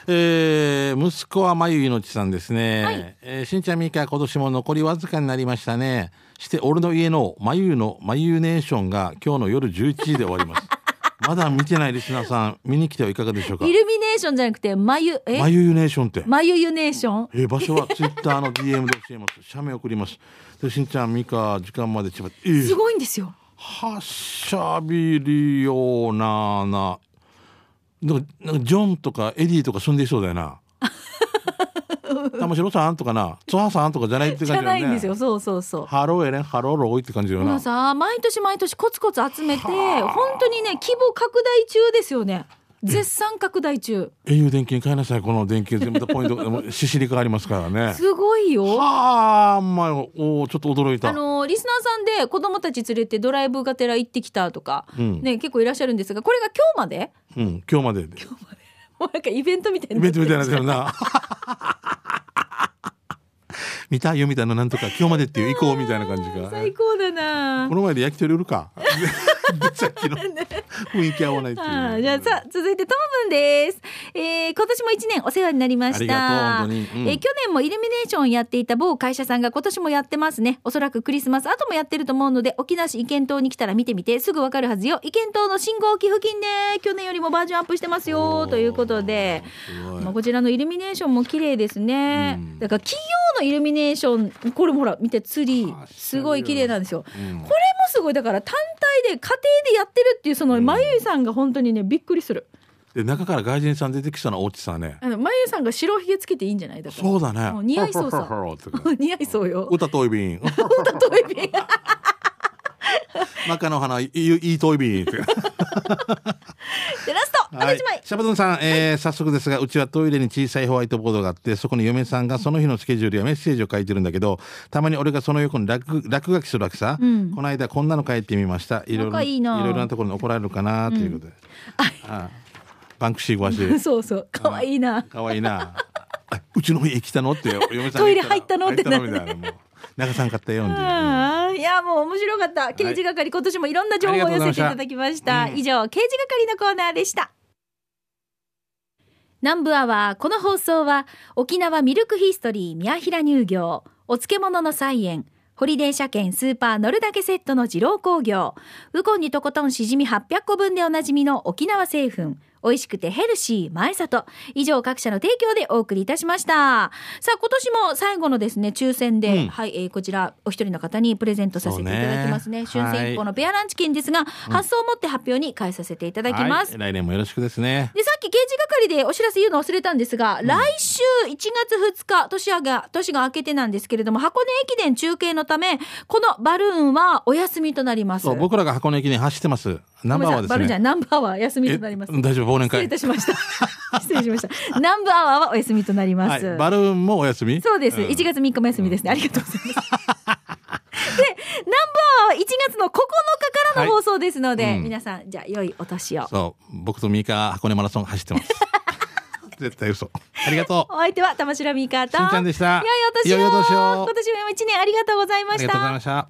えー息子はまゆいのちさんですね。
はい
えーしんちゃんみーか今年も残りわずかになりましたね。して、俺の家のまゆのまゆネーションが今日の夜11時で終わります。 まだ見てないリスナーさん、見に来てはいかがでしょうか
イ。ルミネーションじゃなくて、眉、え
マユユネーションって。
眉ユネーション
えー場所はツイッターの DM で教えます。写メ送ります。で、しんちゃん、ミカ、時間までちば、え
す
ー、
ごいんですよ。
はしゃびりようなな。なんか、なんかジョンとかエディとか住んでいそうだ よな。玉城さんとかな、ツハさんとかじゃないって
じゃ
感じだ
ない
よ
ん
ね。
ですよ。そうそうそう。
ハローエレン、ハローローイって感じだよ
も
な
う。さ、毎年毎年コツコツ集めて、本当にね、規模拡大中ですよね。絶賛拡大中。
英雄電金買いなさい、この電金全部ポイント、でもシシリカありますからね。
すごいよ。
はあ、まあ、おーちょっと驚いた。
あのーリスナーさんで子供たち連れてドライブがてら行ってきたとか、
うん
ね、結構いらっしゃるんですがこれが今日まで
うん、今日までで。
もうなんかイベントみたい
イ
に
ベ
なっ
ン
て
ト
る
みたいなやつよ な。見たよみたいななんとか今日までっていう行こうみたいな感じが。
最高だな
この前で焼き鳥売 るか。さっきの雰囲気合わないって
あ
い
ー
う。
じゃあさあ続いてトムブンです、えー今年も一年お世話になりました
ありがとう本当にうん
えー去年もイルミネーションやっていた某会社さんが今年もやってますねおそらくクリスマス後もやってると思うので沖縄市意見島に来たら見てみてすぐわかるはずよ意見島の信号機付近ね去年よりもバージョンアップしてますよということで。まあ、こちらのイルミネーションも綺麗ですね、
うん
だから企業のイルミネーションこれもほら見てツリーすごい綺麗なんですよ、
うん
これもすごいだから単体で家庭でやってるっていうそのまゆいさんが本当にねびっくりする
で中から外人さん出てきたのは大地さんね。
あのまゆいさんが白ひげつけていいんじゃないだから
そうだね
もう。似合いそうさ
とか
似合いそうよ
歌といびん。
例えび
中の花いいいいといびん。
でラストあと1枚、
シャバドゥンさん、えー早速ですがうちはトイレに小さいホワイトボードがあってそこに嫁さんがその日のスケジュールやメッセージを書いてるんだけどたまに俺がその横に落落書きするわけさ、
うん
この間こんなの書いてみましたいろいろ
仲いいな
ろいろなところに怒られるかなということで、あバンクシーごわし
そうそうかわいいな
かわいいな あうちの家来たのって嫁さんが言ったら
トイレ入ったのってなる
入ったのみたいなもう流さんかったよみたいな。
あーいやもう面白かった刑事係、今年もいろんな情報を寄せていただきました
ありがとうございましたうん
以上刑事係のコーナーでした南部アワーこの放送は沖縄ミルクヒストリー宮平乳業お漬物の菜園ホリデー車券スーパー乗るだけセットの二郎工業ウコンにとことんしじみ800個分でおなじみの沖縄製粉美味しくてヘルシー前里以上各社の提供でお送りいたしましたさあ今年も最後のですね抽選で、
うん
はい、えーこちらお一人の方にプレゼントさせていただきますね
そうね
春戦一方のペアランチ券ですが、発送をもって発表に返させていただきます、
はい来年もよろしくですね。
でさっき刑事係でお知らせ言うの忘れたんですが、来週1月2日年明け年が明けてなんですけれども箱根駅伝中継のためこのバルーンはお休みとなります
そう僕らが箱根駅伝走ってます。ナンバー
ごめんな
は
さい
で
バ
す
ルーンじゃ
ね。
ないナンバーは休みとなります
え大丈夫忘年
失礼い
会
た。しました 失礼しましたナンバーワーはお休みとなりま
はい
す、、
バルーンもお休み。
そうです。
ん
1月3日も休みですね。ありがとうございます。で、ナンバーは1月の9日からの放送ですので、
はいうん
皆さん、じゃあ、良いお年を。
そう、僕とミカ箱根マラソン走っ てます。絶対嘘。ありがと
お相手は玉城美香
う。
と、
しんちゃんでした。
良いお年を。
良いお年を
今年も一年ありがとうございま
あ
し
りがとうござい
た
ま。した。